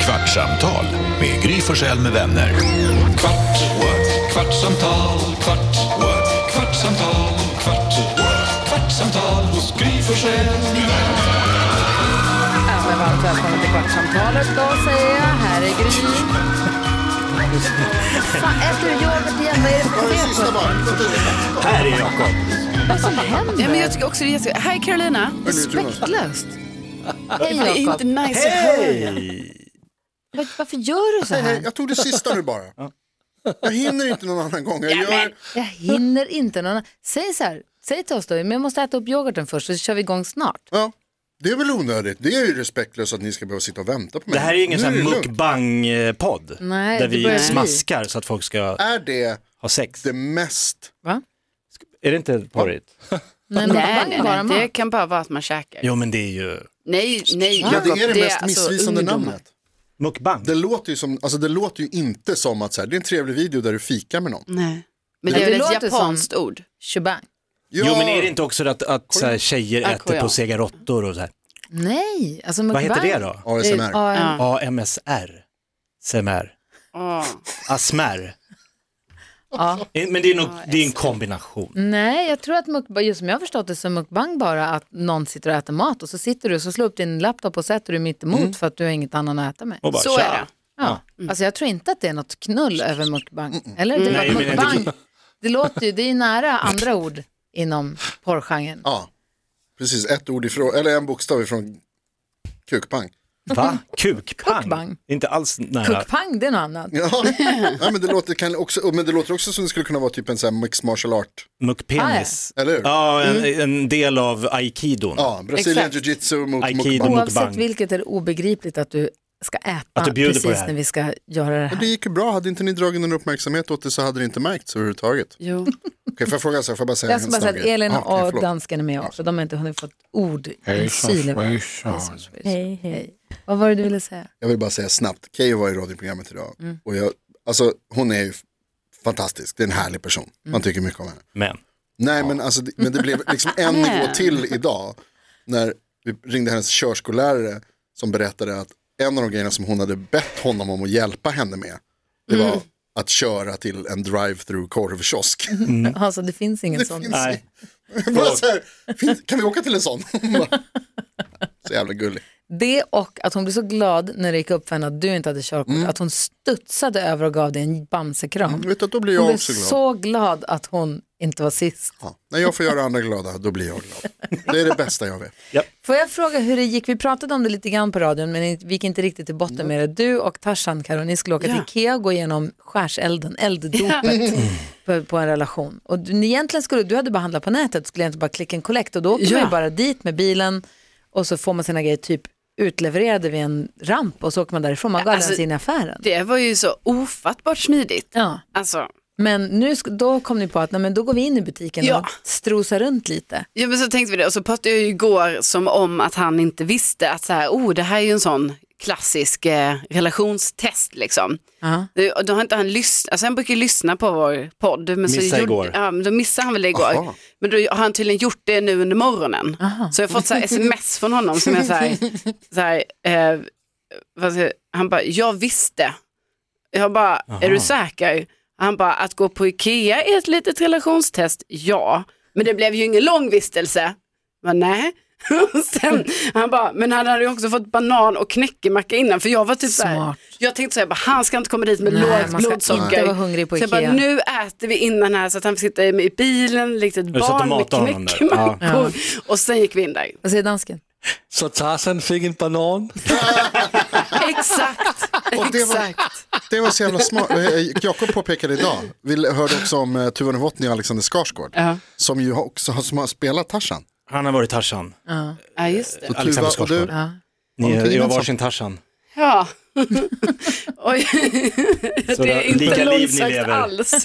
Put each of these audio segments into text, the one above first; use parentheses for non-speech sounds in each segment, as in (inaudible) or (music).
Kvartsamtal med Gry Forssell med vänner. Kvart, what? kvartsamtal, kvart, what? kvartsamtal, kvart, what? kvartsamtal hos Gry Forssell med vänner. Ja, Alltså, men varmt välkomna till Kvartsamtalet då säger jag. Här är Gry. Fan, äter du yoghurt igen? Vad är det för fel på dig? Här är Jakob. Vad som händer? Ja, men jag tycker också det är jättekul. Hej Carolina! Respektlöst. Hej Det är Jakob. inte nice att höra. Var- Varför gör du så Nej, nej, här? jag tog det sista nu bara. Jag hinner inte någon annan gång. Jag gör... Jag hinner inte. Någon... Säg så här. Säg till oss då, men jag måste äta upp yoghurten först så kör vi igång snart. ja, det är väl onödigt. Det är ju respektlöst att ni ska behöva sitta och vänta på mig. Det här är ju ingen Nu sån här lugnt. mukbang-podd. Nej, Där det börjar bli. vi smaskar så att folk ska Är det ha sex. det mest... Va? Är det inte porrigt? Nej, men Nej, bang nej, bara nej, det mat. kan bara vara att man käkar. Jo men det är ju Nej, nej. Ja, det är det mest alltså missvisande ungdomar. namnet. mukbang. Det låter ju, som, alltså det låter ju inte som att så här, det är en trevlig video där du fikar med någon. Nej. Men Nej, det det är väl ett låter japanskt ord? Shebang. Ja, Jo men är det inte också att, att så här, tjejer Ah, äter koja. på sega råttor och så här. Nej, alltså Vad heter mukbang. det då? ASMR? Ja, Ja. AMSR. SMR. Åh. ASMR. Ja. Eh, Men det är, nog, det är en kombination. Nej, jag tror att mukbang, just som jag har förstått det, så är mukbang bara att någon sitter och äter mat och så sitter du och så slår upp din laptop och sätter du mitt emot för att du har inget annat att äta med. Mm. Och bara, Så tja. är det. Ja. Alltså jag tror inte att det är något knull över mukbang. Eller? Det, Mm. Nej, var men inte mukbang. det låter ju, det är ju nära andra ord inom porrgenren. Ja, precis. Ett ord ifrån, eller en bokstav ifrån kukpang. Va? Kukpang? Kukbang. Inte alls nära. Kukpang, det är något annat. (laughs) Ja, ja men, det låter, kan också, men det låter också som det skulle kunna vara typ en sån här mixed martial art. Mukpenis. Ah, ja. Eller hur? Ja, en, Mm. en del av aikidon. Ja, Brazilian Exakt. jiu-jitsu mot Aikido. mukbang. Oavsett mukbang. vilket är det obegripligt att du ska äta Att du bjuder på precis det här. när vi ska göra det Och det här. gick ju bra, hade inte ni dragit någon uppmärksamhet åt det så hade det inte märkts överhuvudtaget. Jo. (laughs) Okej, får jag fråga så här, får jag bara säga Jag ska bara säga att grej? Elin Ja, okej, och förlåt. dansken är med också. De har inte hunnit få ett ord i Chile. Hej, hej. Vad var det du ville säga? Jag vill bara säga snabbt, Keyyo var i radioprogrammet idag Mm. och jag, alltså hon är ju f- fantastisk, det är en härlig person, Mm. man tycker mycket om henne. Men. Nej men alltså, det- men det blev liksom (laughs) en nivå till idag när vi ringde hennes körskollärare som berättade att en av de grejerna som hon hade bett honom om att hjälpa henne med, det var Mm. att köra till en drive-through korvkiosk. (laughs) Alltså det finns ingen sån. Nej. (laughs) Bara så här, "Fin- kan vi åka till en sån? (laughs) Hon bara, så jävla gullig. Det och att hon blev så glad när det gick upp för henne att du inte hade körkort. Att hon studsade över och gav dig en bamsekram. Mm. Vet du, då blir Hon jag blev också glad. så glad att hon inte var sist. Ja. När jag får göra andra glada, då blir jag glad. Det är det bästa jag vet. Får jag fråga hur det gick? Vi pratade om det lite grann på radion men vi gick inte riktigt till botten med det. Du och Tarzan, Karo, ni skulle åka Mm. Ja. till Ikea och gå igenom skärselden, elddopet på, på en relation. Och du, ni egentligen skulle, du hade bara handlat på nätet, skulle egentligen bara klicka en collect och då åker man Ja. ju bara dit med bilen och så får man sina grejer typ utlevererade vid en ramp och så åker man därifrån. Man går aldrig alltså- ens in i affären. Det var ju så ofattbart smidigt. Ja. Alltså, Men nu, sk- då kom ni på att nej, men då går vi in i butiken Ja. och strosar runt lite. ja, men så tänkte vi det och så pratade jag ju igår som om att han inte visste att så här, oh, det här är ju en sån klassisk eh, relationstest liksom. Ja. Nu- och Då har inte han lyssnat, alltså han brukar ju lyssna på vår podd. Men så Missade gjorde, igår. Ja, men då missade han väl det igår. Aha. Men då har han tydligen gjort det nu under morgonen. Så jag har fått så här sms från honom som är så här, så här eh, vad säger, han bara, jag visste. Jag bara, är du säker? Han bara, att gå på Ikea är ett litet relationstest, ja. Men det blev ju ingen lång vistelse. Jag bara, nej. (laughs) Och Sen, han bara, men han hade ju också fått banan och knäckemacka innan för jag var typ så här, Smart. jag tänkte så här, jag bara, han ska inte komma dit med Nej, man ska lågt inte blodsocker. vara hungrig på så jag Ikea. bara, nu äter vi innan här så att han får sitta i bilen likt ett du satt och barn med matade honom där? knäckemackor. (laughs) Och sen gick vi in där. Vad säger dansken? Så Tarzan fick en banan. Exakt, Och det, var, exakt. det var så jävla smart. Eh, Jakob påpekade idag, vi hörde också om eh, Tuva Novotny och Alexander Skarsgård, Ja. som ju har också har, som har spelat Tarzan. Han har varit Tarzan. Ja, just det. Och Alexander Tuva och du, Skarsgård. Ni Någonting är jag har gemensamt. varsin Tarzan. Ja. (laughs) Oj, det är inte lika liv ni långsökt lever. alls.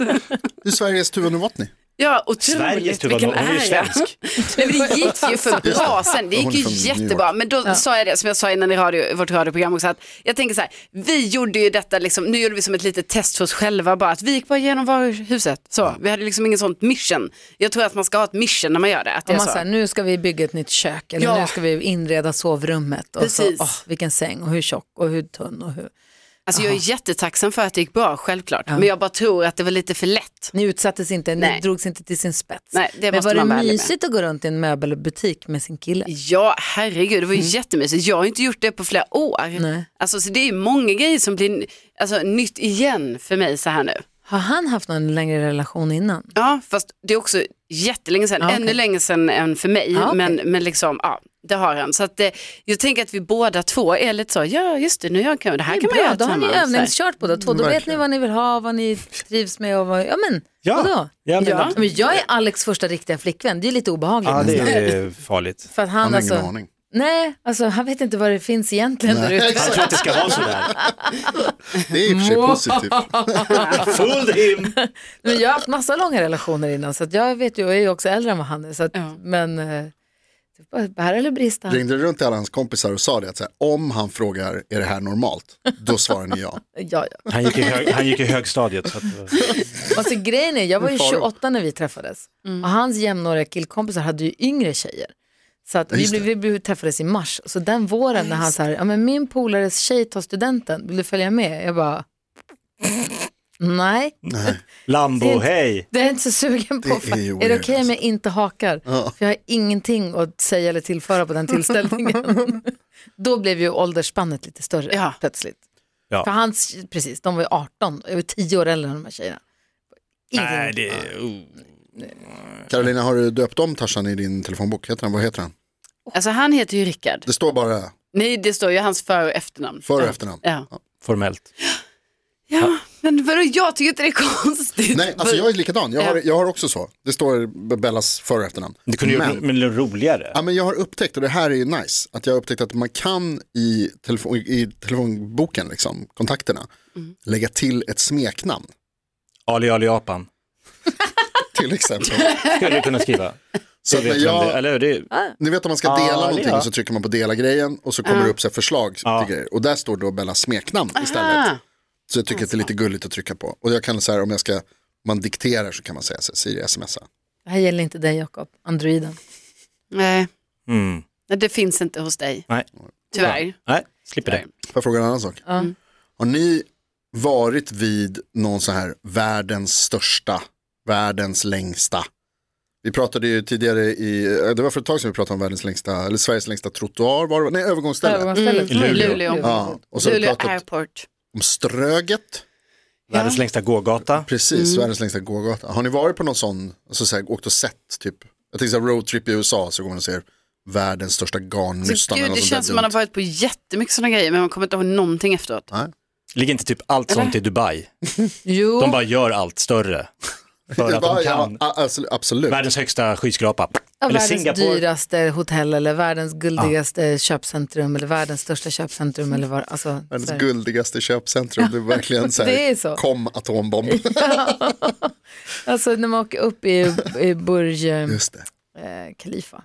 du är Sveriges Tuva Novotny. Ja, otroligt. Sveriges Tuva Vilken Novotny, hon är ju ära. svensk. Nej, men det gick ju för (laughs) Just det. bra sen. Det Hon gick är ju från New York. jättebra. Men då sa jag det som jag sa innan i radio, i vårt radioprogram också. Att jag tänker så här, vi gjorde ju detta, liksom, nu gjorde vi som ett litet test för oss själva bara. Att vi gick bara igenom varuhuset. Så, vi hade liksom ingen sånt mission. Jag tror att man ska ha ett mission när man gör det. Att det Om är man så. säger, nu ska vi bygga ett nytt kök eller Ja. nu ska vi inreda sovrummet. Och Precis. Så, åh, vilken säng och hur tjock och hur tunn och hur. Alltså jag är jättetacksam för att det gick bra, självklart. Men jag bara tror att det var lite för lätt. Ni utsattes inte, ni Nej. drogs inte till sin spets. Nej, det Men måste var man vara det ärlig med. mysigt att gå runt i en möbelbutik med sin kille? Ja, herregud, det var ju jättemysigt. Jag har inte gjort det på flera år. Mm. Nej. Alltså, så det är ju många grejer som blir n- alltså, nytt igen för mig så här nu. Har han haft någon längre relation innan? Ja, fast det är också jättelänge sedan, Ja, okej. ännu längre sedan än för mig, Ja, okej. men, men liksom, ja, det har han. Så att, eh, jag tänker att vi båda två är lite så, ja just det, nu gör jag, det här kan man Bra, göra då har ni tillsammans. så övningskört båda två. Då vet ni Verkligen. vad ni vill ha, vad ni trivs med och vad, ja men, Ja. vadå? Ja, men, Ja. Men jag är Alex första riktiga flickvän, det är lite obehagligt. ja, det nästan. är farligt. För att han, Han har alltså, ingen aning. Nej, alltså han vet inte vad det finns egentligen där ute. Jag tror att det ska vara sådär. Det är i och för sig positivt. Full him! Men jag har haft massa långa relationer innan så att jag vet ju, jag är ju också äldre än vad han är. Så att, Ja. Men eh, det var bära eller brista. Ringde du runt till alla hans kompisar och sa det att så här, om han frågar är det här normalt, då svarar ni ja. Ja, ja. Han gick i, hög, han gick i högstadiet. Så att, Alltså, grejen är, jag var ju Faro. 28 när vi träffades och hans jämnåriga killkompisar hade ju yngre tjejer. Så att vi, just blev, vi blev- träffades i mars, så den våren när han sa, ja men min polares tjej tar studenten, vill du följa med? Jag bara, nej, Lambo, hej! det är jag inte så sugen på. Det är faktiskt. ju är, det okej weird, om alltså. jag inte hakar? För jag har ingenting att säga eller tillföra (laughs) på den tillställningen. Då blev ju åldersspannet lite större Ja. plötsligt. Ja. För hans, precis, de var ju 18, jag var 10 år äldre än de här tjejerna. Ingenting. Nej, det är... oh. Carolina, har du döpt om Tarzan i din telefonbok? Heter han, vad heter han? Alltså han heter ju Rickard. Det står bara Nej, det står ju hans för och efternamn. för och efternamn. Ja. Formellt. ja, men vadå, jag tycker inte det är konstigt. Nej, alltså jag är likadan. Jag har, Ja. jag har också så. Det står Bellas för och efternamn. Det kunde ju Men- men. men det är roligare. Ja, men jag har upptäckt, och det här är ju nice, att jag har upptäckt att man kan i, telefon, i telefonboken, liksom, kontakterna, Mm. lägga till ett smeknamn. Ali Ali Apan. Till (laughs) exempel. Skulle du kunna (laughs) skriva. så att Vet när vem det, jag, eller det, ni vet om man ska Ah, dela det någonting ja. och så trycker man på dela-grejen och så kommer det upp så här förslag Ja. till grejer. Och där står då Bellas smeknamn Aha. istället. Så jag tycker att det är lite gulligt att trycka på. Och jag kan så här, om jag ska, man dikterar så kan man säga så här, Siri smsa. Det här gäller inte dig Jakob, androiden. Nej, mm. nej, det finns inte hos dig, Nej, tyvärr. nej, slipper det. Får jag fråga en annan sak? Mm. Har ni varit vid någon så här världens största, världens längsta? Vi pratade ju tidigare i, eh, det var för ett tag sedan vi pratade om världens längsta, eller Sveriges längsta trottoar, var det, nej övergångsställe. Övergångsstället. Mm. I Luleå. Ja, och så har vi Luleå pratat Airport. om Ströget, Världens längsta gågata. precis, världens längsta gågata. Har ni varit på någon sån, alltså så här, åkt och sett typ, jag tänker så här roadtrip i USA så går man och ser världens största Så garnnystan gud, eller det något känns sånt som man där har dumt. varit på jättemycket sådana grejer men man kommer inte ihåg någonting efteråt. Ligger inte typ allt sånt i Dubai? Jo, De bara gör allt större. För Det att de var- ja, kan. a- alltså, Absolut. Världens högsta skyskrapa. ja, Eller världens Singapore. dyraste hotell eller världens guldigaste köpcentrum eller världens största köpcentrum. Eller var, alltså, Världens så här. guldigaste köpcentrum, det är verkligen så här, Det är så. kom atombomb. alltså när man åker upp i, i Burj... eh, Just (laughs) det. eh, Khalifa,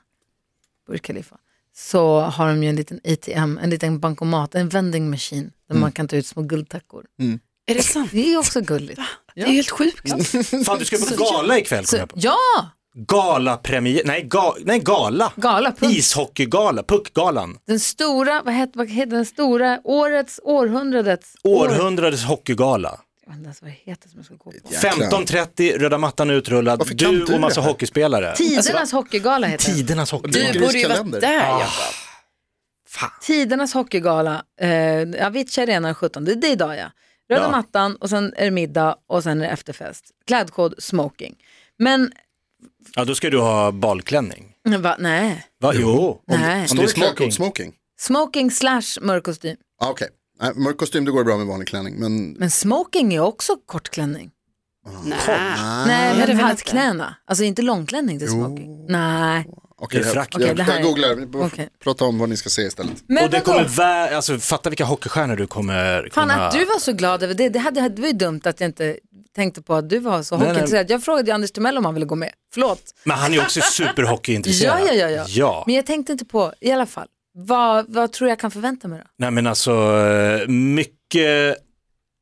Burj Khalifa, så har de ju en liten ATM, en liten bankomat, en vending machine där Mm. man kan ta ut små guldtackor. Är det sant? Det är ju också gulligt. Det är helt sjukt. Fan, du ska på gala ikväll. kom Så, jag på. ja, Galapremiär, nej, ga, nej gala. gala, punkt. Ishockeygala, puckgalan. Den stora, vad heter, vad heter den stora, årets, århundradets, Århundradets hockeygala. jag vet inte ens vad det heter som jag ska gå på. Jäklar. 15.30, röda mattan utrullad. Varför kan Du du och massa det här? hockeyspelare. Tidernas hockeygala heter den. Tidernas hockey. Du borde ju varit Kalender. där. Ah. ja. Tidernas hockeygala, eh, Avicii Arena den 17, det, det är idag ja. Röda Ja. mattan och sen är det middag och sen är det efterfest. Klädkod smoking. Men, Ja, då ska du ha balklänning. va, nej, Va? Jo. nej. Om Står det är det klädkod smoking. smoking? Smoking slash mörk kostym. Ah, Okej, Nej, mörk kostym det går bra med vanlig klänning. Men Men smoking är också kortklänning. Nej. Nej, det är men väl halvt knäna. Alltså inte långklänning till smoking. Nej. okej, Det är jag, frack. jag, Okej, det här jag är- googlar, vi behöver Okej. prata om vad ni ska se istället. Men Och det vadå? kommer vä- alltså fatta vilka hockeystjärnor du kommer Fan kunna... att du var så glad över det, det, hade, det var ju dumt att jag inte tänkte på att du var så Nej, nej. hockeyintresserad. Jag frågade ju Anders Timell om han ville gå med. Förlåt. Men han är ju också Ja, superhockeyintresserad. ja, ja, ja, ja. Men jag tänkte inte på, i alla fall, vad, vad tror jag kan förvänta mig då? Nej men alltså, eh, mycket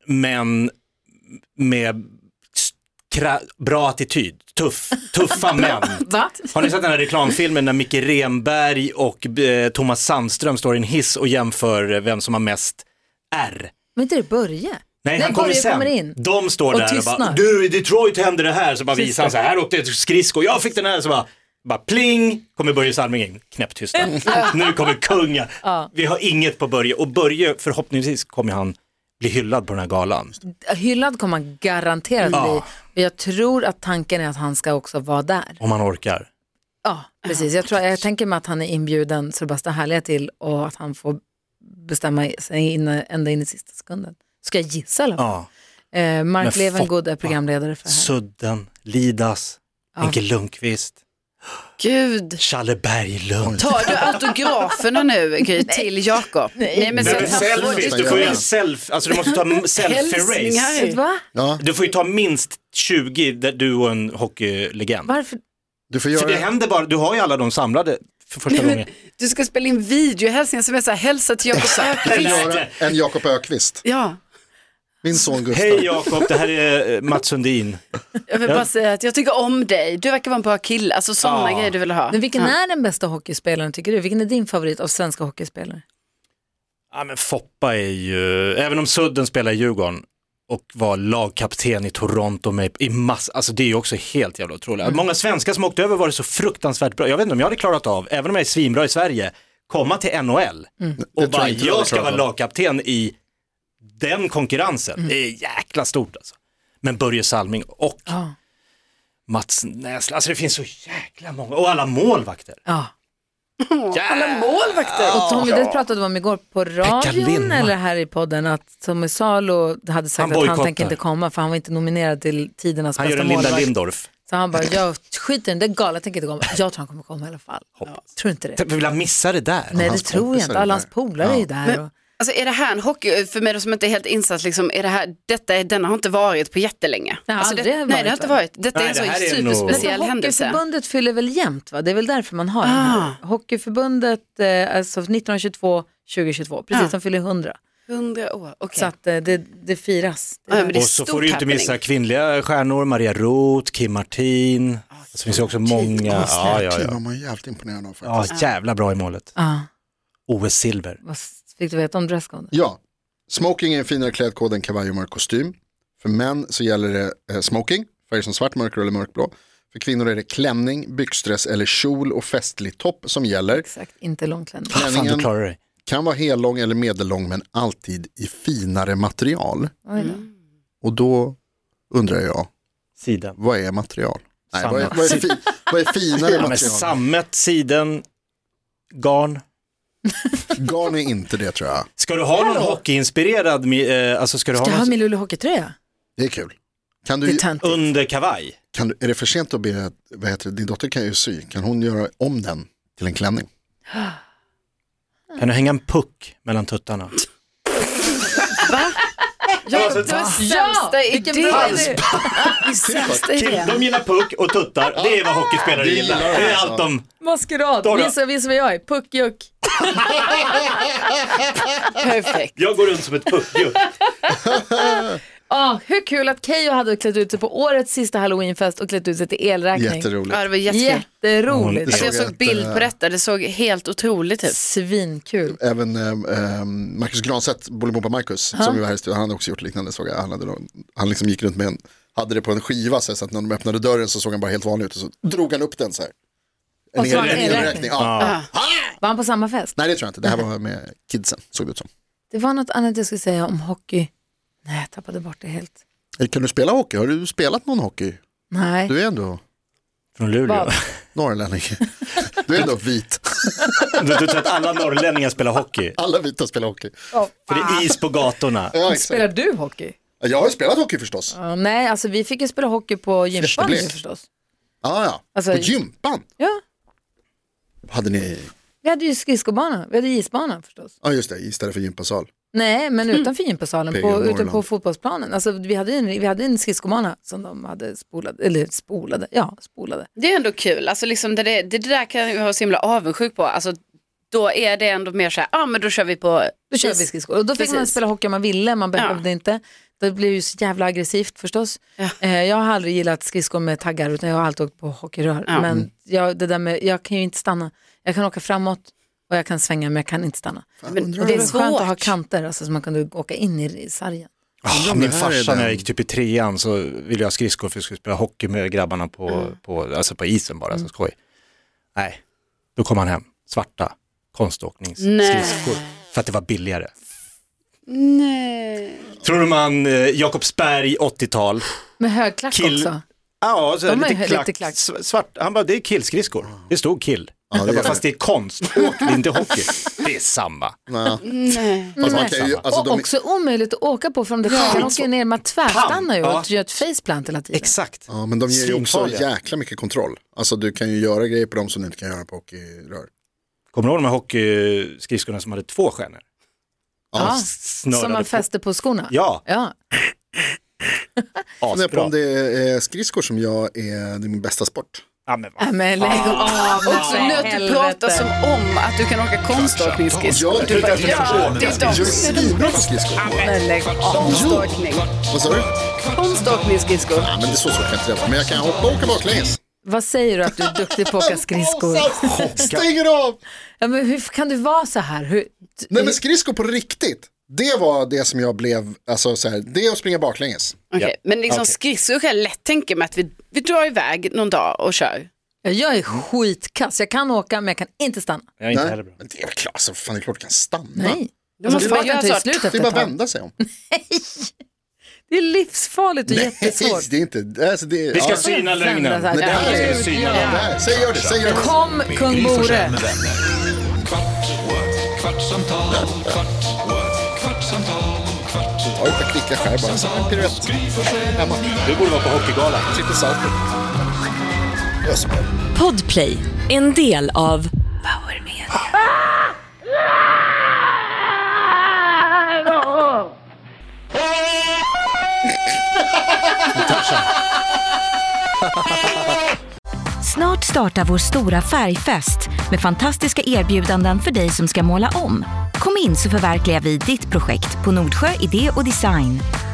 män med s- kra- bra attityd, tuff, tuffa män. Va? Har ni sett den här reklamfilmen när Micke Renberg och eh, Thomas Sandström står i en hiss och jämför eh, vem som har mest R? Men inte det Börje? Nej, han kommer Börje sen. kommer in. De står Och där och bara, tystnar. du i Detroit hände det här, så bara visar han så här, här åkte ett skridsko, jag fick den här, så bara, bara pling, kommer Börje Salming in, knäpptysta. (laughs) nu kommer kungen. Vi har inget på Börje och Börje, förhoppningsvis kommer han bli hyllad på den här galan. Hyllad kommer han garanterat bli. Mm. Ja. Men jag tror att tanken är att han ska också vara där. Om han orkar. Ja, precis. Jag, tror, jag tänker mig att han är inbjuden så det bara står härliga till och att han får bestämma sig in, ända in i sista sekunden. Ska jag gissa eller? vad? Ja. Eh, Men Mark fuck, Levengood är programledare för det här. Sudden, Lidas, Henke Lundqvist, Gud. Challe Berglund. Tar (laughs) du autograferna nu Gry, till Jakob? Nej, men så Nej, men jag tappar selfies, selfies, bort- du får göra self, alltså du (laughs) måste ta m- Hälsningar. selfie-race. Va? Ja, Du får ju ta minst 20 där du och en hockeylegend. Varför? du får För det göra händer bara, du har ju alla de samlade för första gången. Du ska spela in videohälsningar som är så här, hälsa (laughs) till Jakob Öqvist. göra en Jakob Ökvist. Ja, Min son Gustav. Hej Jakob, det här är eh, Mats Sundin. jag vill bara säga att jag tycker om dig. Du verkar vara en bra kille. Alltså sådana grejer du vill ha. Men vilken är den bästa hockeyspelaren tycker du? Vilken är din favorit av svenska hockeyspelare? Ja men Foppa är ju, även om Sudden spelar i Djurgården och var lagkapten i Toronto med i mass, alltså det är ju också helt jävla otroligt. Mm. Många svenskar som åkte över var det så fruktansvärt bra, jag vet inte om jag hade klarat av, även om jag är svinbra i Sverige, komma till NHL och Mm. jag bara inte jag hade jag ska klarat vara av." Mm. lagkapten i den konkurrensen, det är jäkla stort alltså. Men Börje Salming och Mats Näsla, alltså det finns så jäkla många, och alla målvakter. Ja. Alla Målvakter. Och Tommy, det pratade vi om igår på radion Lindmark. eller här i podden att Tommy Salo hade sagt Han att han bojkottar. tänker inte komma för han var inte nominerad till tidernas Han gör bästa en Linda målvakt. Lindorff. Så han bara, jag skiter i den, det är galet, jag tänker inte komma. Jag tror han kommer komma i alla fall. Tror inte det. Tänk, Vill han missa det där? Nej, det hans tror jag kompisar inte. är Alla där. hans polare är ju där. Och... Alltså är det här en hockey, för mig som inte är helt insatt, liksom, är det här, detta, är- denna har inte varit på jättelänge. Det har alltså, aldrig nej, det varit, har inte va? varit. Detta Nej, är en det sån här är nog- superspeciell Men händelse. Ah. Hockeyförbundet fyller väl jämt va? Det är väl därför man har den här. Hockeyförbundet, eh, alltså 1922, 2022, precis Ah. som fyller 100. Hundra år, okej. Så att eh, det, det firas. Det Ja, men är det är Och så stort får du ju inte happening. missa kvinnliga stjärnor, Maria Roth, Kim Martin. Det finns ju också många. Ja, ja, Martin ja. var man jävligt imponerad av faktiskt. ja, jävla bra i målet. ah, OS-silver. vad s- fick du veta om dresscode? Ja, smoking är en finare klädkod än kavaj och mörk kostym. För män så gäller det eh, smoking, färg som svart, mörkgrå eller mörkblå. För kvinnor är det klänning, byxdress eller kjol och festlig topp som gäller. Exakt, inte långklänning. Fan, du Klänningen klarar dig. kan vara hellång eller medellång men alltid i finare material. Oj då. Och då undrar jag, Siden. vad är material? Nej, Samma. vad, är, vad, är fi, vad är finare Ja, men material? sammet, siden, garn. Garn är inte det tror jag. Ska du ha någon hockeyinspirerad, mi- eh, alltså ska du Ska jag ha ha någon min Luleå hockeytröja? Det är kul. Kan Det är du, töntigt. under kavaj? kan du, är det för sent att be, vad heter det, din dotter kan ju sy, kan hon göra om den till en klänning? Kan du hänga en puck mellan tuttarna? Ja, det var sämsta idén. Sämsta idén. De gillar puck och tuttar, det är vad hockeyspelare Det gillar. gillar de Det är alltså. allt de... Maskerad, Dora. visa, visa vad jag är, puckjuck. Perfekt. Jag går runt som ett puckjuck. Ah, hur kul att Keyyo hade klätt ut sig på årets sista halloweenfest och klätt ut sig till elräkning. Jätteroligt. Ja, det var jättekul. Jätteroligt. Alltså, jag såg såg att, bild eh, på detta, det såg helt otroligt ut. Svinkul. Även eh, eh, Marcus Granstedt, Bolibompa Marcus, som ju var här i studion, han hade också gjort liknande. Såg jag. Han, hade, då- han liksom gick runt med en, hade det på en skiva så, här, så att när de öppnade dörren så såg han bara helt vanlig ut och så drog han upp den så här. En, Och så hel- var det en en hel räkning. räkning. Ja. Var han på samma fest? Nej det tror jag inte, det här var med kidsen såg det ut som. Det var något annat jag skulle säga om hockey. Nej, jag tappade bort det helt. Eh, Kan du spela hockey? Har du spelat någon hockey? Nej. Du är ändå Från Luleå. Vad? (laughs) norrlänning. Du är ändå vit. Du, du tror att alla norrlänningar spelar hockey? Alla vita spelar hockey. Åh, För det är is på gatorna. Ja, exakt. Spelar du hockey? Jag har ju spelat hockey förstås. Ja, nej, alltså vi fick ju spela hockey på gympan ju Fläskblek. förstås. Ja, ja. Alltså- På gympan Ja, hade ni Vi hade ju skridskobana, vi hade isbana förstås. Ja, just det, istället för gympasal. Nej, men Mm. utanför gympasalen, P.G. på, ute på Norrland. fotbollsplanen. Alltså, vi, hade ju en, vi hade en skridskobana som de hade spolade, eller spolade, ja spolade. Det är ändå kul, alltså liksom det, det, det där kan jag vara så himla avundsjuk på. Alltså, då är det ändå mer så här, ja ah, men då kör vi på Då körde vi skridskor. Och då fick man Precis. spela hockey om man ville, man behövde inte. Det blev ju så jävla aggressivt förstås. Ja. Eh, jag har aldrig gillat skridskor med taggar utan jag har alltid åkt på hockeyrör. Ja. Mm. Men jag, det där med, jag kan ju inte stanna. Jag kan åka framåt och jag kan svänga men jag kan inte stanna. Fan, Men- undrar Och om det det är är skönt att ha svårt. kanter alltså, så man kan åka in i, i sargen. Undrar Ah, om min det här är farsa när den- jag gick typ i trean så ville jag ha skridskor för att jag skulle spela hockey med grabbarna på, på, alltså på isen bara, så skoj. Nej, då kom han hem, svarta konståkningsskridskor. För att det var billigare. Nej. Tror du man eh, Jakobsberg 80-tal, Med högklack Kill- också. ja, så De har lite, ju lite klack, klack. s- Svart, han bara, det är killskridskor. Det stod kill. det jag gör bara, det. fast det är konståkning, det är inte hockey. Det är samma. Nej. Nej. Mm. Fast man kan ju, alltså, och de, också omöjligt att åka på för de där taggarna åker ju ner, man tvärstannar ju Pam! och Ja. gör ett faceplant hela tiden. Exakt. ja, men de ger ju också Svinfarliga. jäkla mycket kontroll. Alltså du kan ju göra grejer på dem som du inte kan göra på hockeyrör. Kommer du ihåg de här hockeyskridskorna som hade två stjärnor? Ja, Snurrade som man på. fäster på skorna. Ja, Ja. Jag funderar på asbra. om det är skridskor som jag är, det är min bästa sport. Ja, men vad Äh, men lägg av. Också nu att du pratar som om att du kan åka konståkningsskridskor. Ja, Du bara, ja, det är Jag de. är svinbra på skridskor. Men lägg av. Konståkning. Vad sa du? Konståkningsskridskor. Ja, men det är så svårt kan jag inte det vara. Men jag kan hoppa och åka baklänges. Vad säger du att du är duktig på att åka skridskor? Stänger av! Ja, men hur kan du vara så här? Hur, Nej men skridskor på riktigt. Det var det som jag blev, alltså så här, det att springa baklänges. Okej, Ja. Men liksom Okej. skridskor kan jag lätt tänka mig att vi, vi drar iväg någon dag och kör. Ja, jag är skitkass. Jag kan åka men jag kan inte stanna. Jag är inte Nej. heller bra. Men det är väl klart, så fan det är klart du kan stanna. Nej. Då måste man farten göra tar ju så slut att- Det efter ett är bara att tag. vända sig om. Det är livsfarligt och Nej, jättesvårt. (laughs) det är inte, alltså det är, Vi ska ja. syna Vända lögnen. så här. Nej, det här Vi är- ska syna lögnen. Nej, Säg gör det, säg gör det. Kom Med kung Gry Forssell Bore. med vänner. Kvart, what? kvartsamtal, kvart, what? kvartsamtal, kvart, Ta ett par klickar skär bara, så en piruett. Gry Forssell Hemma. Du borde vara på hockeygalan. Lite salt. Jag ska- Podplay, en del av Power Media. Snart startar vår stora färgfest med fantastiska erbjudanden för dig som ska måla om. Kom in så förverkligar vi ditt projekt på Nordsjö Idé och Design.